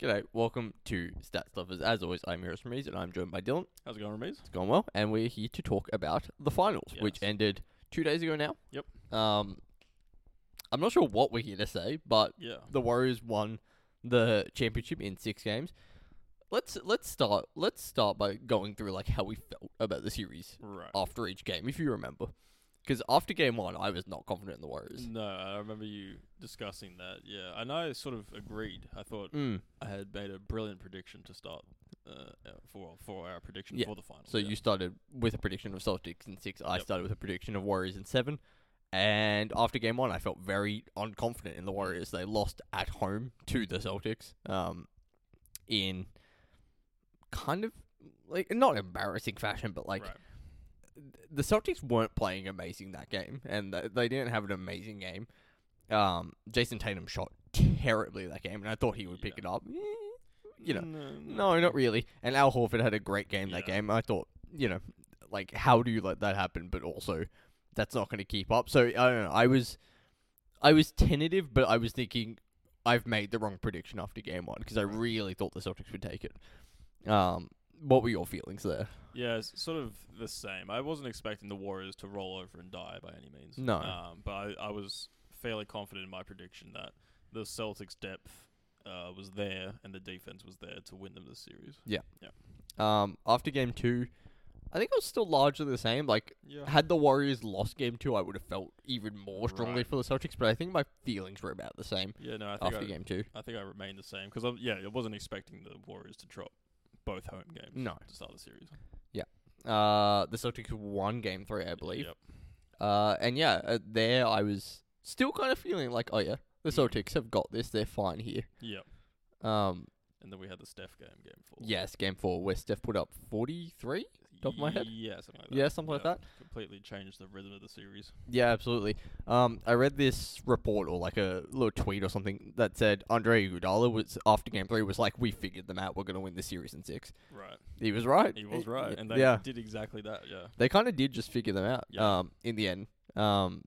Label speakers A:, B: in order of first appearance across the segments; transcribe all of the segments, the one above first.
A: G'day, welcome to Stats Lovers. As always, I'm Harris Ramirez and I'm joined by Dylan.
B: How's it going, Ramiz?
A: It's gone well, and we're here to talk about the finals, which
B: Yes.
A: ended two days ago now.
B: Yep.
A: Um, I'm not sure what we're here to say, but
B: Yeah.
A: the Warriors won the championship in six games. Let's let's start let's start by going through like how we felt about the series
B: Right.
A: after each game, if you remember. Because after game one, I was not confident in the Warriors.
B: No, I remember you discussing that. Yeah, and I sort of agreed. I thought
A: Mm.
B: I had made a brilliant prediction to start uh, uh, for for our prediction
A: Yeah.
B: for the finals.
A: So
B: yeah.
A: you started with a prediction of Celtics in six. I
B: Yep.
A: started with a prediction of Warriors in seven. And after game one, I felt very unconfident in the Warriors. They lost at home to the Celtics um, in kind of like not embarrassing fashion, but like
B: Right.
A: th- the Celtics weren't playing amazing that game, and th- they didn't have an amazing game. Um, Jason Tatum shot terribly that game, and I thought he would pick
B: Yeah.
A: it up. Eh, You know,
B: no,
A: no, not really. And Al Horford had a great game that
B: Yeah.
A: game. I thought, you know, like how do you let that happen? But also, that's not going to keep up. So I don't know. I was, I was tentative, but I was thinking I've made the wrong prediction after game one because I
B: Right.
A: really thought the Celtics would take it. Um, what were your feelings there?
B: Yeah, it's sort of the same. I wasn't expecting the Warriors to roll over and die by any means.
A: No.
B: Um, but I, I was fairly confident in my prediction that the Celtics' depth uh, was there and the defense was there to win them the series.
A: Um, after game two, I think I was still largely the same. Like
B: Yeah.
A: had the Warriors lost game two, I would have felt even more strongly
B: Right.
A: for the Celtics. But I think my feelings were about the same
B: Yeah, no, I think
A: after
B: I,
A: game two.
B: I think I remain the same because yeah, I wasn't expecting the Warriors to drop both home games
A: No.
B: to start the series.
A: Uh, the Celtics won game three, I believe.
B: Yep.
A: Uh, and yeah, uh, there I was still kind of feeling like, oh yeah, the
B: Mm.
A: Celtics have got this. They're fine here.
B: Yep.
A: Um,
B: And then we had the Steph game, game four.
A: yes, game four where Steph put up forty three. top of my head?
B: Yeah, something like that.
A: Yeah, something like that.
B: Completely changed the rhythm of the series.
A: Yeah, absolutely. Um, I read this report or like a little tweet or something that said Andre Iguodala was after game three was like, we figured them out. We're gonna win the series in six.
B: Right.
A: He was right.
B: He was right, and they
A: yeah,
B: did exactly that. Yeah.
A: they kind of did just figure them out.
B: Yeah.
A: Um, in the end, um,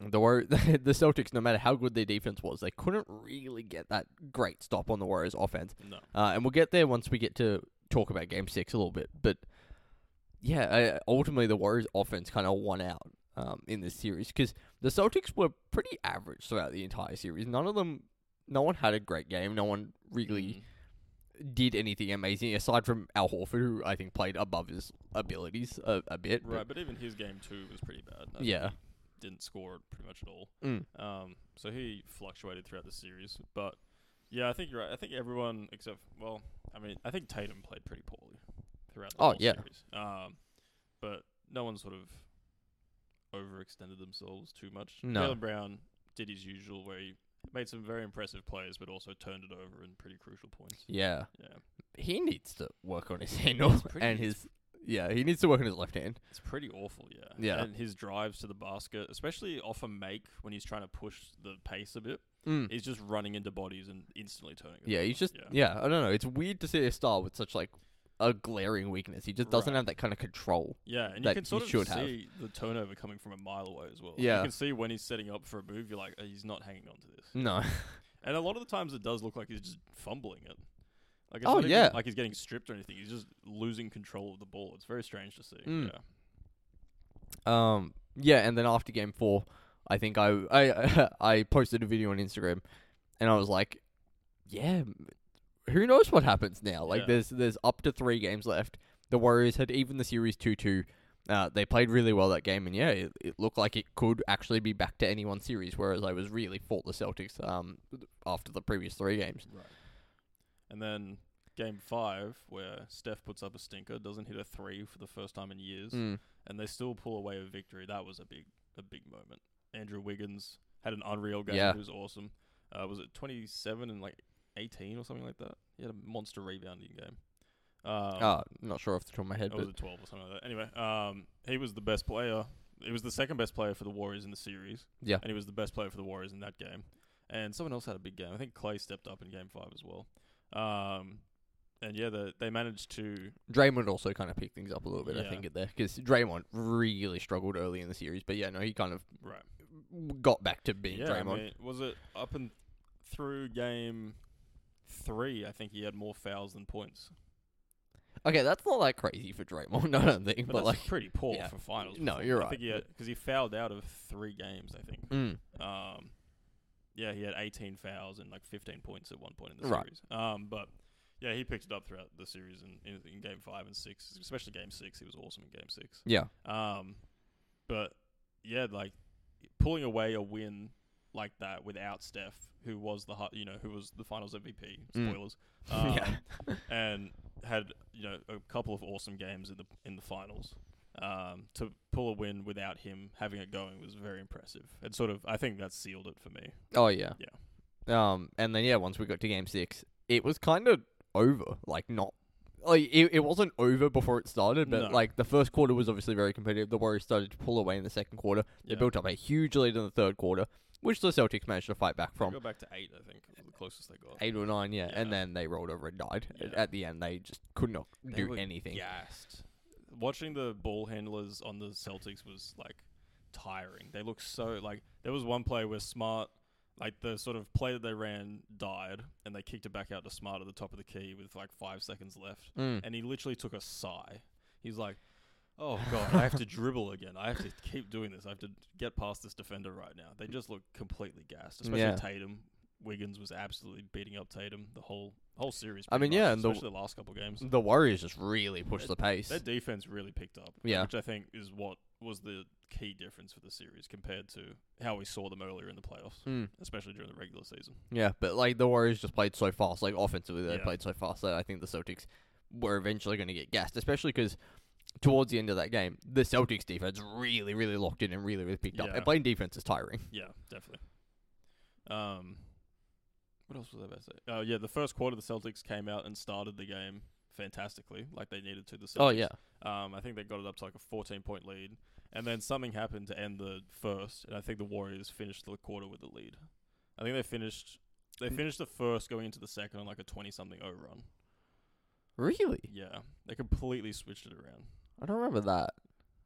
A: the War- the Celtics, no matter how good their defense was, they couldn't really get that great stop on the Warriors' offense.
B: No.
A: Uh, and we'll get there once we get to talk about Game Six a little bit. But yeah, uh, ultimately the Warriors' offense kind of won out um, in this series because the Celtics were pretty average throughout the entire series. None of them, no one had a great game. No one really
B: Mm.
A: did anything amazing aside from Al Horford, who I think played above his abilities a, a bit. but-
B: Mm. Right, but even his game two was pretty bad. I think
A: Yeah.
B: he Didn't score pretty much at all.
A: Mm.
B: Um, so he fluctuated throughout the series, but yeah, I think you're right. I think everyone except well, I mean, I think Tatum played pretty poorly throughout the
A: Oh,
B: whole
A: yeah.
B: series. Um, but no one sort of overextended themselves too much.
A: No.
B: Jalen Brown did his usual, where he made some very impressive plays, but also turned it over in pretty crucial points.
A: Yeah.
B: Yeah,
A: He needs to work on his handle
B: pretty-
A: and his. Yeah, he needs to work on his left hand.
B: it's pretty awful. Yeah,
A: Yeah.
B: And his drives to the basket, especially off a make when he's trying to push the pace a bit,
A: Mm.
B: he's just running into bodies and instantly turning. it
A: Yeah, he's
B: over.
A: just. Yeah. I don't know. It's weird to see a star with such, like, a glaring weakness. He just doesn't
B: Right.
A: have that kind of control.
B: Yeah, and
A: that
B: you can
A: he
B: sort
A: should
B: of
A: have.
B: see the turnover coming from a mile away as well.
A: Yeah.
B: You can see when he's setting up for a move, you're like, "Oh, he's not hanging on to this.
A: No.
B: And a lot of the times it does look like he's just fumbling it. Like it's
A: Oh,
B: not even
A: yeah.
B: like he's getting stripped or anything. He's just losing control of the ball. It's very strange to see.
A: Mm.
B: Yeah.
A: Um. Yeah, and then after game four, I think I I I posted a video on Instagram, and I was like, "Yeah, m- who knows what happens now? Like,
B: Yeah.
A: there's there's up to three games left. The Warriors had even the series two two. Uh, they played really well that game, and yeah, it, it looked like it could actually be back to anyone's series. Whereas I was really fought the Celtics um after the previous three games.
B: Right. And then game five, where Steph puts up a stinker, doesn't hit a three for the first time in years,
A: Mm.
B: and they still pull away a victory. That was a big a big moment. Andrew Wiggins had an unreal game.
A: Yeah.
B: It was awesome. Uh, was it 27 and like 18 or something like that? He had a monster rebounding game. Um,
A: uh, not sure off the top of my head,
B: or
A: but
B: was it 12 or something like that? Anyway, um, he was the best player. He was the second best player for the Warriors in the series.
A: Yeah.
B: And he was the best player for the Warriors in that game. And someone else had a big game. I think Clay stepped up in game five as well. Um, and yeah, the, they managed to.
A: Draymond also kind of picked things up a little bit. I
B: Yeah.
A: think at there because Draymond really struggled early in the series, but yeah, no, he kind of
B: Right.
A: got back to being
B: Yeah, I
A: Draymond.
B: mean, was it up and through game three, I think he had more fouls than points.
A: Okay, that's not that crazy for Draymond, I don't think.
B: But,
A: But,
B: that's
A: like,
B: pretty poor
A: yeah.
B: for finals.
A: No,
B: performance.
A: you're
B: I
A: right,
B: think he
A: but-
B: because he fouled out of three games. I think.
A: mm,
B: Um, yeah, he had 18 fouls and like 15 points at one point in the
A: Right.
B: series. Um, but yeah, he picked it up throughout the series and in, in game five and six, especially game six. He was awesome in game six.
A: yeah,
B: Um, but yeah, like pulling away a win like that without Steph, who was the hi- you know who was the Finals MVP.
A: Mm.
B: Spoilers.
A: yeah,
B: um, and had you know a couple of awesome games in the in the finals. Um, to pull a win without him having it going was very impressive. It sort of I think that sealed it for me.
A: oh yeah,
B: Yeah.
A: Um, and then yeah, once we got to game six, it was kind of over. Like not, like it, it wasn't over before it started, but
B: No.
A: like the first quarter was obviously very competitive. The Warriors started to pull away in the second quarter. They
B: Yeah.
A: built up a huge lead in the third quarter, which the Celtics managed to fight back
B: They
A: from.
B: go back to eight, I think, was the closest they got.
A: Eight or nine, yeah, and
B: Yeah.
A: then they rolled over and died. A-
B: Yeah.
A: At the end, they just could not
B: They
A: do
B: were
A: anything.
B: Gassed. Watching the ball handlers on the Celtics was like tiring. They looked so like there was one play where Smart, like the sort of play that they ran, died, and they kicked it back out to Smart at the top of the key with like five seconds left,
A: Mm.
B: and he literally took a sigh. He's like. Oh god, I have to dribble again. I have to keep doing this. I have to get past this defender right now. They just look completely gassed, especially
A: Yeah.
B: Tatum. Wiggins was absolutely beating up Tatum the whole whole series.
A: I
B: pretty
A: mean, yeah,
B: much,
A: and the-
B: especially the last couple games.
A: The Warriors just really pushed the pace.
B: Their defense really picked up.
A: Yeah.
B: Which I think is what was the key difference for the series compared to how we saw them earlier in the playoffs,
A: Mm.
B: especially during the regular season.
A: Yeah, but like the Warriors just played so fast, like offensively they
B: Yeah.
A: played so fast that I think the Celtics were eventually going to get gassed, especially because towards the end of that game, the Celtics defense really, really locked in and really, really picked up.
B: Yeah.
A: And playing defense is tiring.
B: Yeah, definitely. Um, what else was I about to say? Oh, yeah, the first quarter the Celtics came out and started the game fantastically, like they needed to. The Celtics.
A: Oh yeah,
B: Um, I think they got it up to like a 14 point lead, and then something happened to end the first, and I think the Warriors finished the quarter with the lead. I think they finished. They
A: Mm.
B: finished the first going into the second on like a 20 something overrun.
A: really?
B: Yeah, they completely switched it around.
A: I don't remember that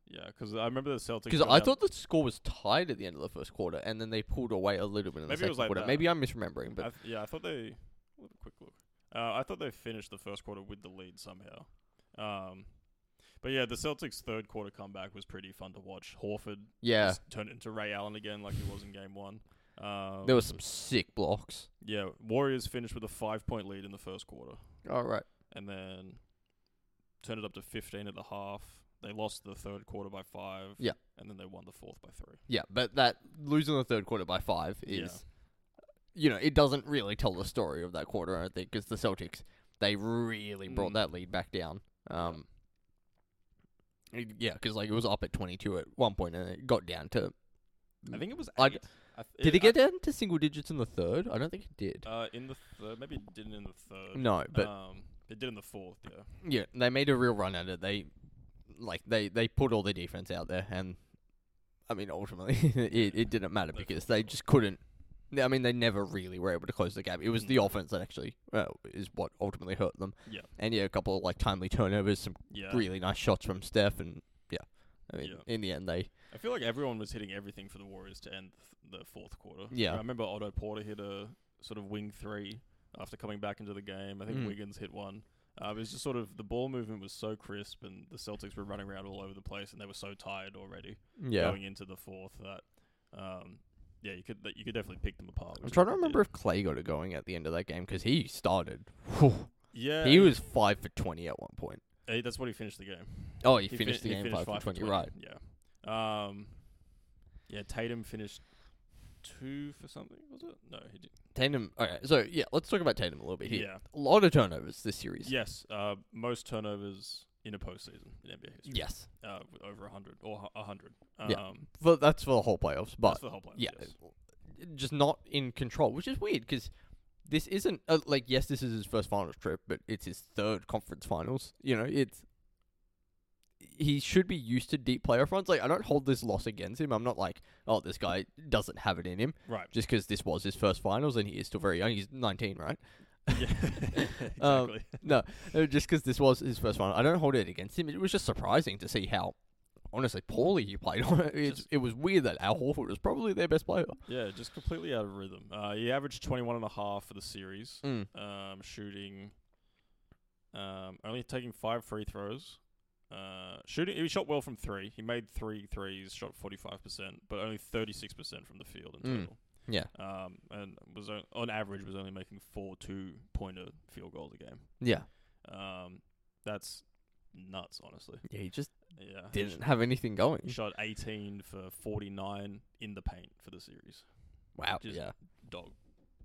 B: Yeah, because I remember the Celtics.
A: because
B: got
A: I
B: out-
A: thought the score was tied at the end of the first quarter, and then they pulled away a little bit in the
B: Maybe it
A: second
B: was like
A: quarter.
B: that.
A: Maybe I'm misremembering, but
B: I th- yeah, I thought they. We'll have a quick look. Uh, I thought they finished the first quarter with the lead somehow. Um, but yeah, the Celtics' third quarter comeback was pretty fun to watch. Horford
A: yeah,
B: just turned into Ray Allen again, like he was in game one. Um,
A: there were some sick blocks.
B: Yeah, Warriors finished with a five point lead in the first quarter,
A: All right.
B: and then turned it up to fifteen at the half. They lost the third quarter by five.
A: Yeah.
B: and then they won the fourth by three.
A: Yeah, but that losing the third quarter by five is,
B: Yeah.
A: you know, it doesn't really tell the story of that quarter. I don't think because the Celtics they really brought
B: Mm.
A: that lead back down. Um, it- yeah, because like it was up at twenty two at one point and it got down to.
B: I think it was.
A: I'd-
B: Eight. I th-
A: Did it
B: I-
A: get down to single digits in the third? I don't think it did.
B: Uh, in the third, maybe it didn't in the third.
A: No, but
B: um, it did in the fourth. Yeah,
A: yeah, they made a real run at it. They like they they put all their defense out there, and I mean ultimately it it didn't matter
B: They
A: because they just couldn't. I mean, they never really were able to close the gap. It was the
B: Mm.
A: offense that actually uh, is what ultimately hurt them.
B: Yeah.
A: and yeah, a couple of like timely turnovers, some
B: yeah.
A: really nice shots from Steph, and yeah, I mean,
B: Yeah.
A: in the end they
B: I feel like everyone was hitting everything for the Warriors to end th- the fourth quarter.
A: Yeah.
B: I remember Otto Porter hit a sort of wing three after coming back into the game. I think
A: Mm.
B: Wiggins hit one. Uh, it was just sort of the ball movement was so crisp, and the Celtics were running around all over the place, and they were so tired already
A: yeah.
B: going into the fourth that, um, yeah, you could that you could definitely pick them apart.
A: I'm trying to remember if Clay got it going at the end of that game because he started. Whew.
B: Yeah,
A: he was five for twenty at one point.
B: eh, that's what he finished the game.
A: Oh, he,
B: He fin-
A: finished the
B: he
A: game
B: finished
A: five, for 20,
B: 20,
A: right?
B: Yeah. Um, yeah, Tatum finished two for something, was it? No, he didn't.
A: Tatum. Okay, so yeah, let's talk about Tatum a little bit here.
B: Yeah.
A: A lot of turnovers this series.
B: Yes, uh, most turnovers in a postseason in NBA history.
A: Yes.
B: Uh, with over 100 or hu- 100. Um,
A: Yeah. For, that's for the whole playoffs,
B: That's
A: but
B: for the whole playoffs.
A: yeah,
B: yes.
A: just not in control, which is weird because this isn't uh, like yes, this is his first finals trip, but it's his third conference finals. You know, it's he should be used to deep playoff runs. Like I don't hold this loss against him. I'm not like oh this guy doesn't have it in him
B: Right.
A: just because this was his first finals and he is still very young. He's 19, right?
B: Yeah. exactly.
A: Um, No, uh, just because this was his first one, I don't hold it against him. It was just surprising to see how honestly poorly he played on it. It's,
B: Just-
A: it was weird that Al Horford was probably their best player.
B: Yeah, just completely out of rhythm. Uh, he averaged 21 and a half for the series, um, shooting, um, only taking five free throws. Uh, shooting, he shot well from three. He made three threes, shot 45%, but only 36% from the field in
A: Mm.
B: total.
A: Yeah.
B: Um, and was on, on average was only making four two pointer field goals a game.
A: Yeah,
B: Um, that's nuts, honestly.
A: yeah, he just
B: Yeah, he
A: didn't have anything going.
B: sh- shot 18 for 49 in the paint for the series.
A: Wow.
B: just-
A: yeah,
B: Dog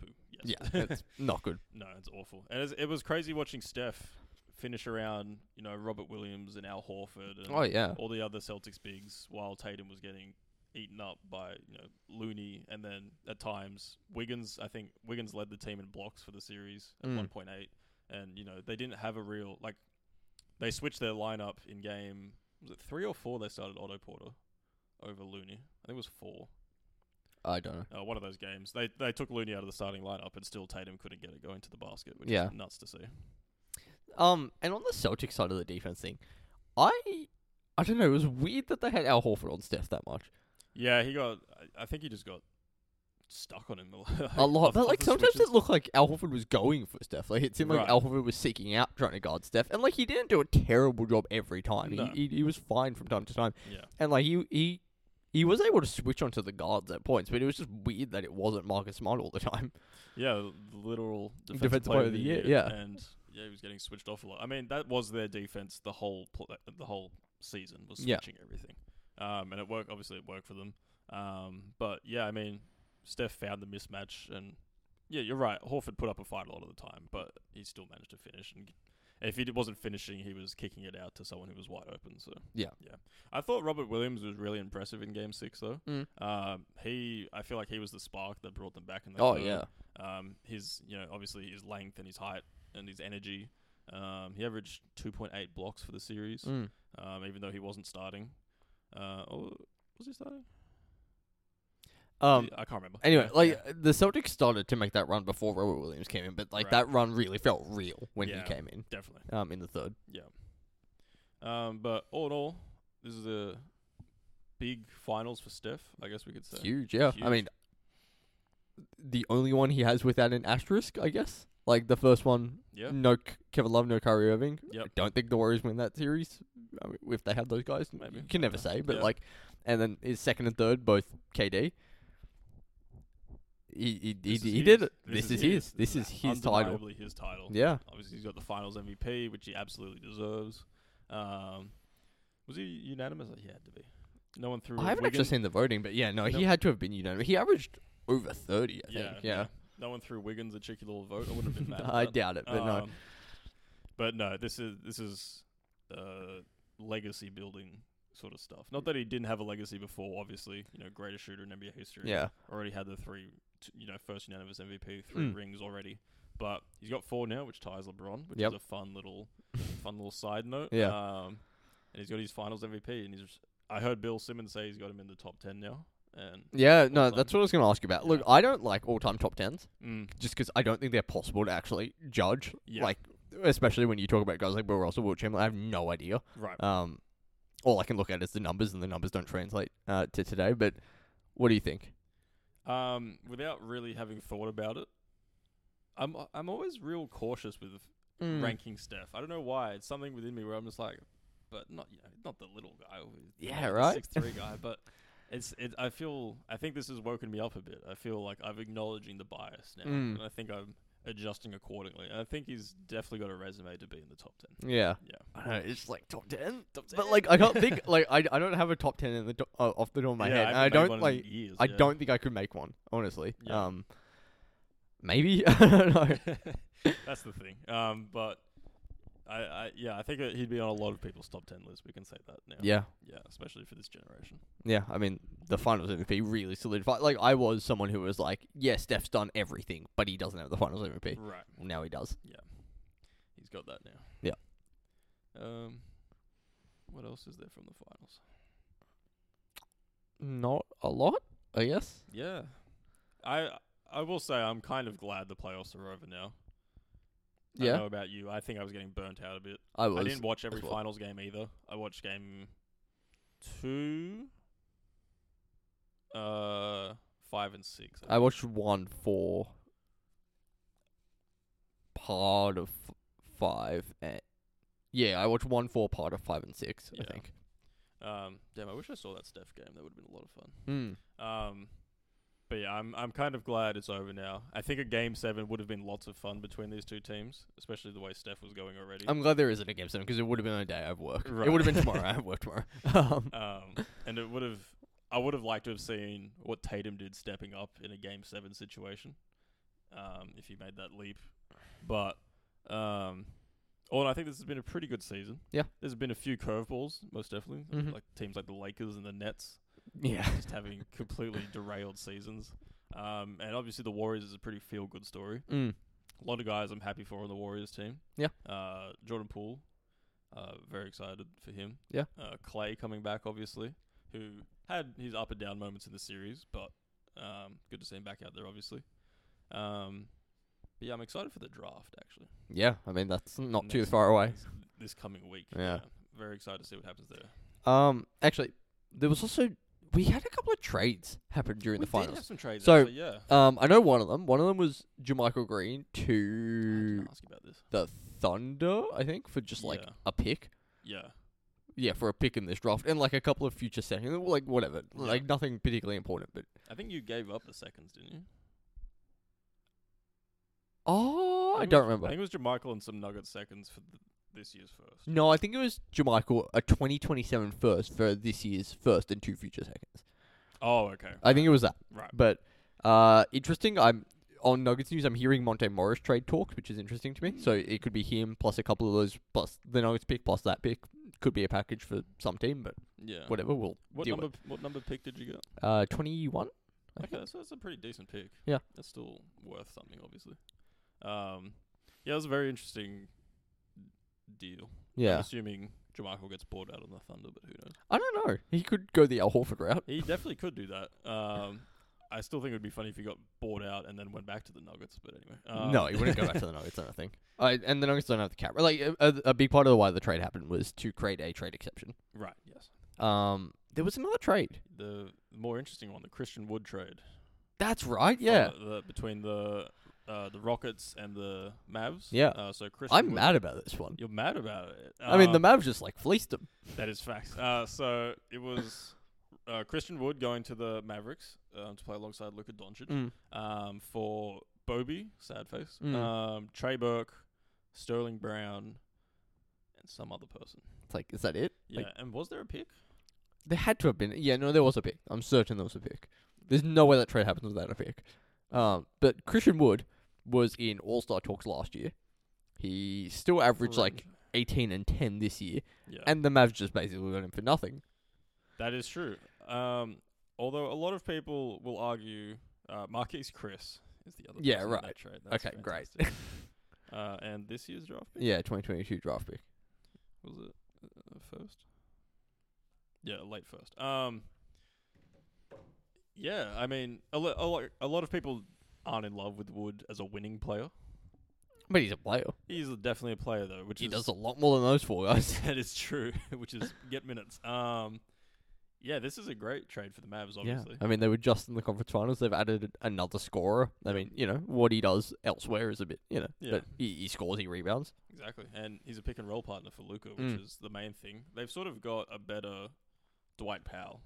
B: poo. Yes.
A: yeah, that's not good.
B: No, it's awful. And it's, it was crazy watching Steph finish around, you know, Robert Williams and Al Horford and
A: Oh yeah,
B: all the other Celtics bigs while Tatum was getting eaten up by, you know, Looney and then at times Wiggins, I think Wiggins led the team in blocks for the series at
A: Mm.
B: 1.8 and you know, they didn't have a real like they switched their lineup in game was it 3 or 4 they started Otto Porter over Looney. I think it was 4
A: I don't know.
B: uh, one of those games. They they took Looney out of the starting lineup, and still Tatum couldn't get it going to the basket, which
A: Yeah.
B: is nuts to see.
A: Um, and on the Celtic side of the defense thing, I, I don't know. It was weird that they had Al Horford on Steph that much.
B: Yeah, he got. I- I think he just got stuck on him a lot.
A: A lot, but
B: Off- off
A: like
B: the
A: sometimes
B: switches.
A: it looked like Al Horford was going for Steph. Like it seemed like
B: Right.
A: Al Horford was seeking out trying to guard Steph, and like he didn't do a terrible job every time.
B: No.
A: He, he he was fine from time to time,
B: Yeah,
A: and like he he. He was able to switch onto the guards at points, but it was just weird that it wasn't Marcus Smart all the time.
B: yeah, the literal defensive,
A: Defensive
B: player of the year.
A: yeah.
B: and yeah, he was getting switched off a lot. I mean, that was their defense the whole pl- the whole season was
A: Yeah.
B: switching everything, um, and it worked. Obviously, it worked for them. Um, but yeah, I mean, Steph found the mismatch, and yeah, you're right. Horford put up a fight a lot of the time, but he still managed to finish. And if he d- wasn't finishing, he was kicking it out to someone who was wide open. So
A: Yeah.
B: yeah. I thought Robert Williams was really impressive in Game Six, though.
A: Mm.
B: Um, he, I feel like he was the spark that brought them back in the
A: Oh
B: third.
A: yeah,
B: Um, his, you know, obviously his length and his height and his energy. Um, he averaged 2.8 blocks for the series,
A: Mm.
B: um, even though he wasn't starting. Uh, oh, was he starting?
A: Um,
B: I can't remember.
A: Anyway,
B: Yeah,
A: like
B: yeah.
A: the Celtics started to make that run before Robert Williams came in, but like
B: Right.
A: that run really felt real when
B: Yeah.
A: he came in,
B: definitely.
A: um, in the third.
B: Um, but all in all, this is a big finals for Steph. I guess we could say.
A: huge, yeah. I
B: huge.
A: mean, the only one he has without an asterisk, I guess. Like the first one,
B: Yeah.
A: no K- Kevin Love, no Kyrie Irving. I
B: Yep.
A: don't think the Warriors win that series I mean, if they have those guys.
B: Maybe.
A: you can never
B: Okay.
A: say, but
B: Yeah.
A: like, and then his second and third both KD. He he, he,
B: This
A: he
B: is
A: did
B: his.
A: it. This, is his. This is his title.
B: Undeniably his title.
A: Yeah.
B: Obviously, he's got the Finals MVP, which he absolutely deserves. Um, was he unanimous? He had to be. No one threw.
A: I haven't
B: Wiggins.
A: actually seen the voting, but yeah, no, he
B: Nope.
A: had to have been unanimous. He averaged over thirty, I
B: yeah,
A: think. Yeah,
B: No one threw Wiggins a cheeky little vote. I would have been mad. at
A: I
B: that.
A: doubt it, but no.
B: Um, But no, this is this is uh, legacy building sort of stuff. Not that he didn't have a legacy before. Obviously, you know, greatest shooter in NBA history.
A: Yeah,
B: already had the three, t- you know, first unanimous MVP, three
A: Mm.
B: rings already. But he's got four now, which ties LeBron, which
A: Yep.
B: is a fun little, fun little side note.
A: Yeah.
B: Um, and he's got his Finals MVP, and he's. I heard Bill Simmons say he's got him in the top ten now, and
A: yeah, no,
B: time.
A: that's what I was going to ask you about. Look,
B: Yeah.
A: I don't like all-time top tens
B: mm,
A: just because I don't think they're possible to actually judge.
B: Yeah.
A: Like, especially when you talk about guys like Bill Russell, Will Chamberlain, I have no idea.
B: right.
A: Um, all I can look at is the numbers, and the numbers don't translate uh, to today. But what do you think?
B: Um, without really having thought about it, I'm I'm always real cautious with
A: Hmm.
B: ranking Steph. I don't know why. It's something within me where I'm just like, but not you know, not the little guy. or the-
A: Yeah,
B: the
A: right?
B: Six three guy, but it's it. I feel I think this has woken me up a bit. I feel like I'm acknowledging the bias now,
A: Mm.
B: and I think I'm adjusting accordingly. And I think he's definitely got a resume to be in the top ten.
A: Yeah.
B: Yeah.
A: I know, it's like top 10.
B: Top
A: But like I can't think like I, I don't have a top 10 in the to- uh, off the top of my
B: Yeah,
A: head. and I
B: haven't made
A: don't
B: one
A: like
B: in years,
A: I
B: yeah.
A: don't think I could make one, honestly.
B: Yeah.
A: Um, maybe I don't know.
B: That's the thing. Um, but I, I yeah, I think that he'd be on a lot of people's top ten list. We can say that now.
A: Yeah,
B: yeah, especially for this generation.
A: yeah. I mean, the finals MVP really solidified. Like I was someone who was like, yeah, Steph's done everything, but he doesn't have the finals MVP.
B: Right,
A: Well, now he does.
B: he's got that now.
A: Yeah.
B: Um, what else is there from the finals?
A: Not a lot, I guess.
B: Yeah, I I will say I'm kind of glad the playoffs are over now. I
A: Yeah.
B: don't know about you. I think I was getting burnt out a bit.
A: I was.
B: I didn't watch every
A: well.
B: finals game either. I watched game two, uh, five and six. I
A: I watched one for part of f- five and yeah, I watched one for part of five and six.
B: Yeah.
A: I think.
B: think. um, damn, I wish I saw that Steph game. That would have been a lot of fun.
A: Mm.
B: Um, but yeah, I'm I'm kind of glad it's over now. I think a game seven would have been lots of fun between these two teams, especially the way Steph was going already.
A: I'm glad there isn't a game seven because it would have been a day I've worked.
B: Right.
A: It would have been tomorrow. I have work tomorrow. Um,
B: Um, and it would have, I would have liked to have seen what Tatum did stepping up in a game seven situation, um, if he made that leap. But, um, all in, I think this has been a pretty good season.
A: Yeah.
B: there's been a few curveballs, most definitely,
A: Mhm.
B: like teams like the Lakers and the Nets
A: yeah.
B: just having completely derailed seasons. Um, and obviously the Warriors is a pretty feel good story.
A: Mm.
B: A lot of guys I'm happy for on the Warriors team.
A: Yeah.
B: Uh, Jordan Poole, uh, very excited for him.
A: Yeah.
B: Uh, Clay coming back, obviously, who had his up and down moments in the series, but um, good to see him back out there, obviously. Um, but yeah, I'm excited for the draft, actually.
A: Yeah. I mean, that's not too
B: Next
A: far away.
B: It's This coming week.
A: Yeah.
B: Very excited to see what happens there.
A: Um, actually, there was also we had a couple of trades happen during the
B: we did
A: finals.
B: have some trades,
A: So,
B: actually, yeah.
A: Um, I know one of them. One of them was Jermichael Green
B: I
A: to
B: didn't ask you about this.
A: the Thunder, I think, for just like
B: Yeah.
A: a pick.
B: Yeah.
A: Yeah, for a pick in this draft and like a couple of future seconds, like whatever,
B: Yeah.
A: like nothing particularly important. But
B: I think you gave up the seconds, didn't you?
A: oh, I
B: think it
A: don't
B: was- I
A: remember.
B: think it was Jermichael and some Nugget seconds for th- this year's first.
A: No, I think it was Jermichael a 2027 first for this year's first and two future seconds.
B: Oh, okay.
A: I think it was that.
B: Right.
A: But uh, interesting. I'm on Nuggets news. I'm hearing Monte Morris trade talks, which is interesting to me. So it could be him plus a couple of those plus the Nuggets pick plus that pick could be a package for some team, but
B: Yeah. What,
A: whatever. We'll deal
B: number? What number pick did you get?
A: with. Uh, 21. I
B: Okay, so that's a pretty decent pick.
A: Yeah.
B: That's still worth something, obviously. Um, yeah, it was a very interesting deal. I'm
A: Yeah,
B: assuming Jermichael gets bought out on the Thunder, but who knows?
A: I don't know. He could go the Al Horford route.
B: He definitely could do that. Um, I still think it would be funny if he got bought out and then went back to the Nuggets. But anyway. Um,
A: no, he wouldn't go back to the Nuggets. I don't think. Uh, and the Nuggets don't have the cap. Like a, a a big part of why the trade happened was to create a trade exception.
B: Right. Yes.
A: Um, there was another trade.
B: The more interesting one, the Christian Wood trade.
A: That's right.
B: from
A: Yeah,
B: the, the- between the uh, the Rockets and the Mavs.
A: Yeah.
B: Uh, so Christian,
A: I'm
B: Wood-
A: mad about this one.
B: You're mad about it.
A: I mean, the
B: Um,
A: Mavs just like fleeced them.
B: that is facts. Uh, so it was uh, Christian Wood going to the Mavericks um, to play alongside Luka Doncic um, for Bobby, sad face,
A: Mm.
B: um, Trey Burke, Sterling Brown, and some other person.
A: It's like, is that it?
B: Yeah,
A: Like,
B: and was there a pick?
A: There had to have been. Yeah, no, there was a pick. I'm certain there was a pick. There's no way that trade happens without a pick. Um, but Christian Wood was in All Star talks last year. He still averaged like 18 and 10 this year,
B: yeah,
A: and the Mavs just basically got him for nothing.
B: that is true. Um, although a lot of people will argue uh, Marquise Chris is the other.
A: Yeah,
B: person in
A: right.
B: that trade. That's
A: Okay, great.
B: fantastic. Uh, and this year's draft pick
A: Yeah, 2022 draft pick.
B: was it uh, first? Yeah, late first. Um, yeah, I mean, a, lo- a, lot, a lot of people aren't in love with Wood as a winning player.
A: But he's a player.
B: He's definitely a player though, which
A: he
B: is
A: does a lot more than those four guys.
B: that is true, which is get minutes. Um, yeah, this is a great trade for the Mavs, obviously.
A: I mean, they were just in the conference finals. They've added another scorer. I mean, you know, what he does elsewhere is a bit, you know,
B: Yeah.
A: but he, he scores, he rebounds.
B: Exactly, and he's a pick and roll partner for Luca, which
A: Mm.
B: is the main thing. They've sort of got a better Dwight Powell,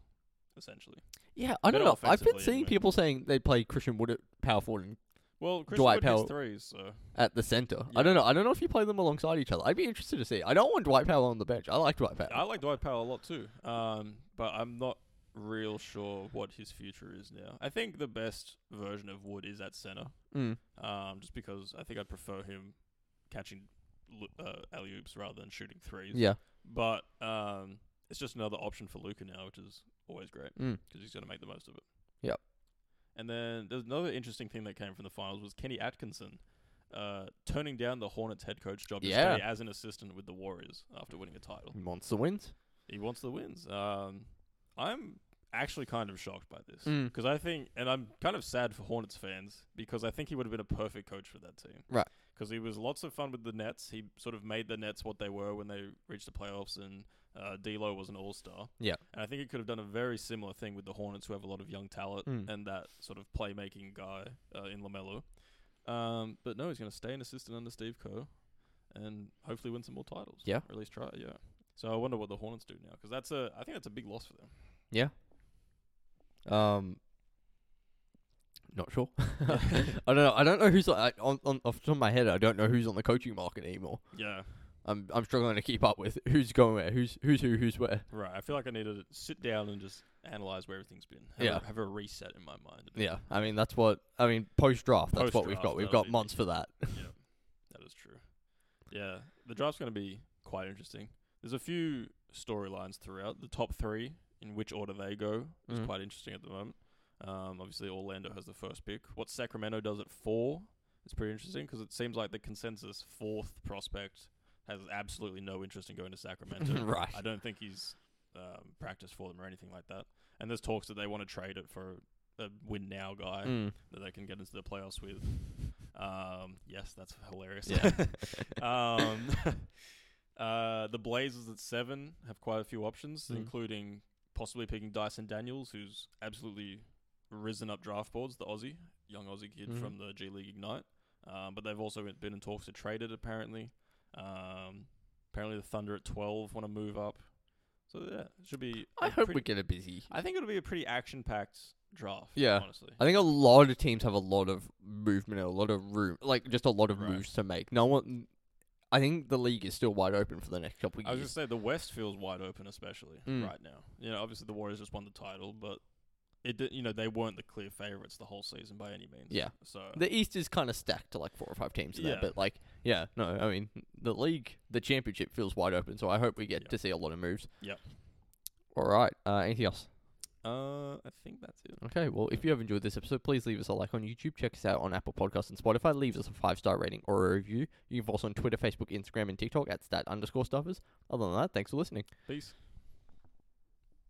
B: essentially.
A: Yeah, I don't
B: Better
A: know. I've been
B: offensively,
A: seeing
B: anyway.
A: people saying they play Christian Wood at power forward and
B: Well, Chris
A: Dwight
B: Dwight Powell
A: Powell-
B: threes, so
A: at the center.
B: Yeah.
A: I don't know. I don't know if you play them alongside each other. I'd be interested to see. I don't want Dwight Powell on the bench. I like Dwight Powell.
B: I like Dwight Powell a lot too. Um, but I'm not real sure what his future is now. I think the best version of Wood is at center,
A: Mm.
B: um, just because I think I'd prefer him catching lu- uh, alley oops rather than shooting threes.
A: Yeah.
B: But um, it's just another option for Luca now, which is always great
A: Mm.
B: because he's going to make the most of it.
A: Yep.
B: And then there's another interesting thing that came from the finals was Kenny Atkinson uh, turning down the Hornets head coach job
A: Yeah.
B: to stay as an assistant with the Warriors after winning a title.
A: He wants the wins.
B: He wants the wins. Um, I'm actually kind of shocked by this
A: Mm.
B: because I think, and I'm kind of sad for Hornets fans because I think he would have been a perfect coach for that team.
A: Right.
B: Because he was lots of fun with the Nets. He sort of made the Nets what they were when they reached the playoffs and uh, D'Lo was an All Star.
A: Yeah.
B: and I think it could have done a very similar thing with the Hornets, who have a lot of young talent
A: Mm.
B: and that sort of playmaking guy uh, in Lamelo. Um, but no, he's going to stay an assistant under Steve Kerr, and hopefully win some more titles.
A: Yeah.
B: or at least try. Yeah. So I wonder what the Hornets do now, because that's a I think that's a big loss for them.
A: Um, not sure. I don't know. I don't know who's like, I- on, on off the top of my head. I don't know who's on the coaching market anymore.
B: Yeah,
A: I'm I'm struggling to keep up with who's going where, who's who's who, who's where.
B: right. I feel like I need to sit down and just analyze where everything's been. Have
A: Yeah.
B: a, have a reset in my mind.
A: Yeah, I mean that's what I mean. Post draft, that's what we've
B: Post-draft, uh,
A: got. We've
B: that'll
A: got
B: be
A: months for that.
B: yeah, that is true. Yeah, the draft's going to be quite interesting. There's a few storylines throughout. The top three, in which order they go, is
A: Mhm.
B: quite interesting at the moment. Um, obviously, Orlando has the first pick. What Sacramento does at four is pretty interesting because it seems like the consensus fourth prospect has absolutely no interest in going to Sacramento.
A: Right.
B: I don't think he's um, practiced for them or anything like that. And there's talks that they want to trade it for a win now guy
A: Mm.
B: that they can get into the playoffs with. Um, yes, that's hilarious.
A: Yeah.
B: um, uh, the Blazers at seven have quite a few options,
A: Mm.
B: including possibly picking Dyson Daniels, who's absolutely risen up draft boards, the Aussie, young Aussie kid
A: Mhm.
B: from the G League Ignite. Um, but they've also been in talks to trade it, apparently. Um, apparently, the Thunder at 12 want to move up. So, yeah, it should be.
A: I
B: a
A: hope we
B: pretty-
A: get a busy.
B: I think it'll be a pretty action packed draft.
A: Yeah.
B: Honestly.
A: I think a lot of teams have a lot of movement, and a lot of room, like just a lot of
B: Right.
A: moves to make. No one, I think the league is still wide open for the next couple of
B: I was
A: years.
B: just say the West feels wide open, especially
A: Mm.
B: right now. You know, obviously the Warriors just won the title, but it did, you know they weren't the clear favorites the whole season by any means.
A: Yeah.
B: So
A: the East is kind of stacked to like four or five teams in there,
B: uh, Yeah.
A: but like, yeah, no, I mean, the league, the championship feels wide open, so I hope we get
B: Yeah.
A: to see a lot of moves.
B: Yep.
A: All right. Uh, anything else?
B: uh, I think that's it.
A: Okay. Well, if you have enjoyed this episode, please leave us a like on YouTube. Check us out on Apple Podcasts and Spotify. Leave us a five star rating or a review. You can follow us on Twitter, Facebook, Instagram, and TikTok at stat underscore stuffers. Other than that, thanks for listening.
B: Peace.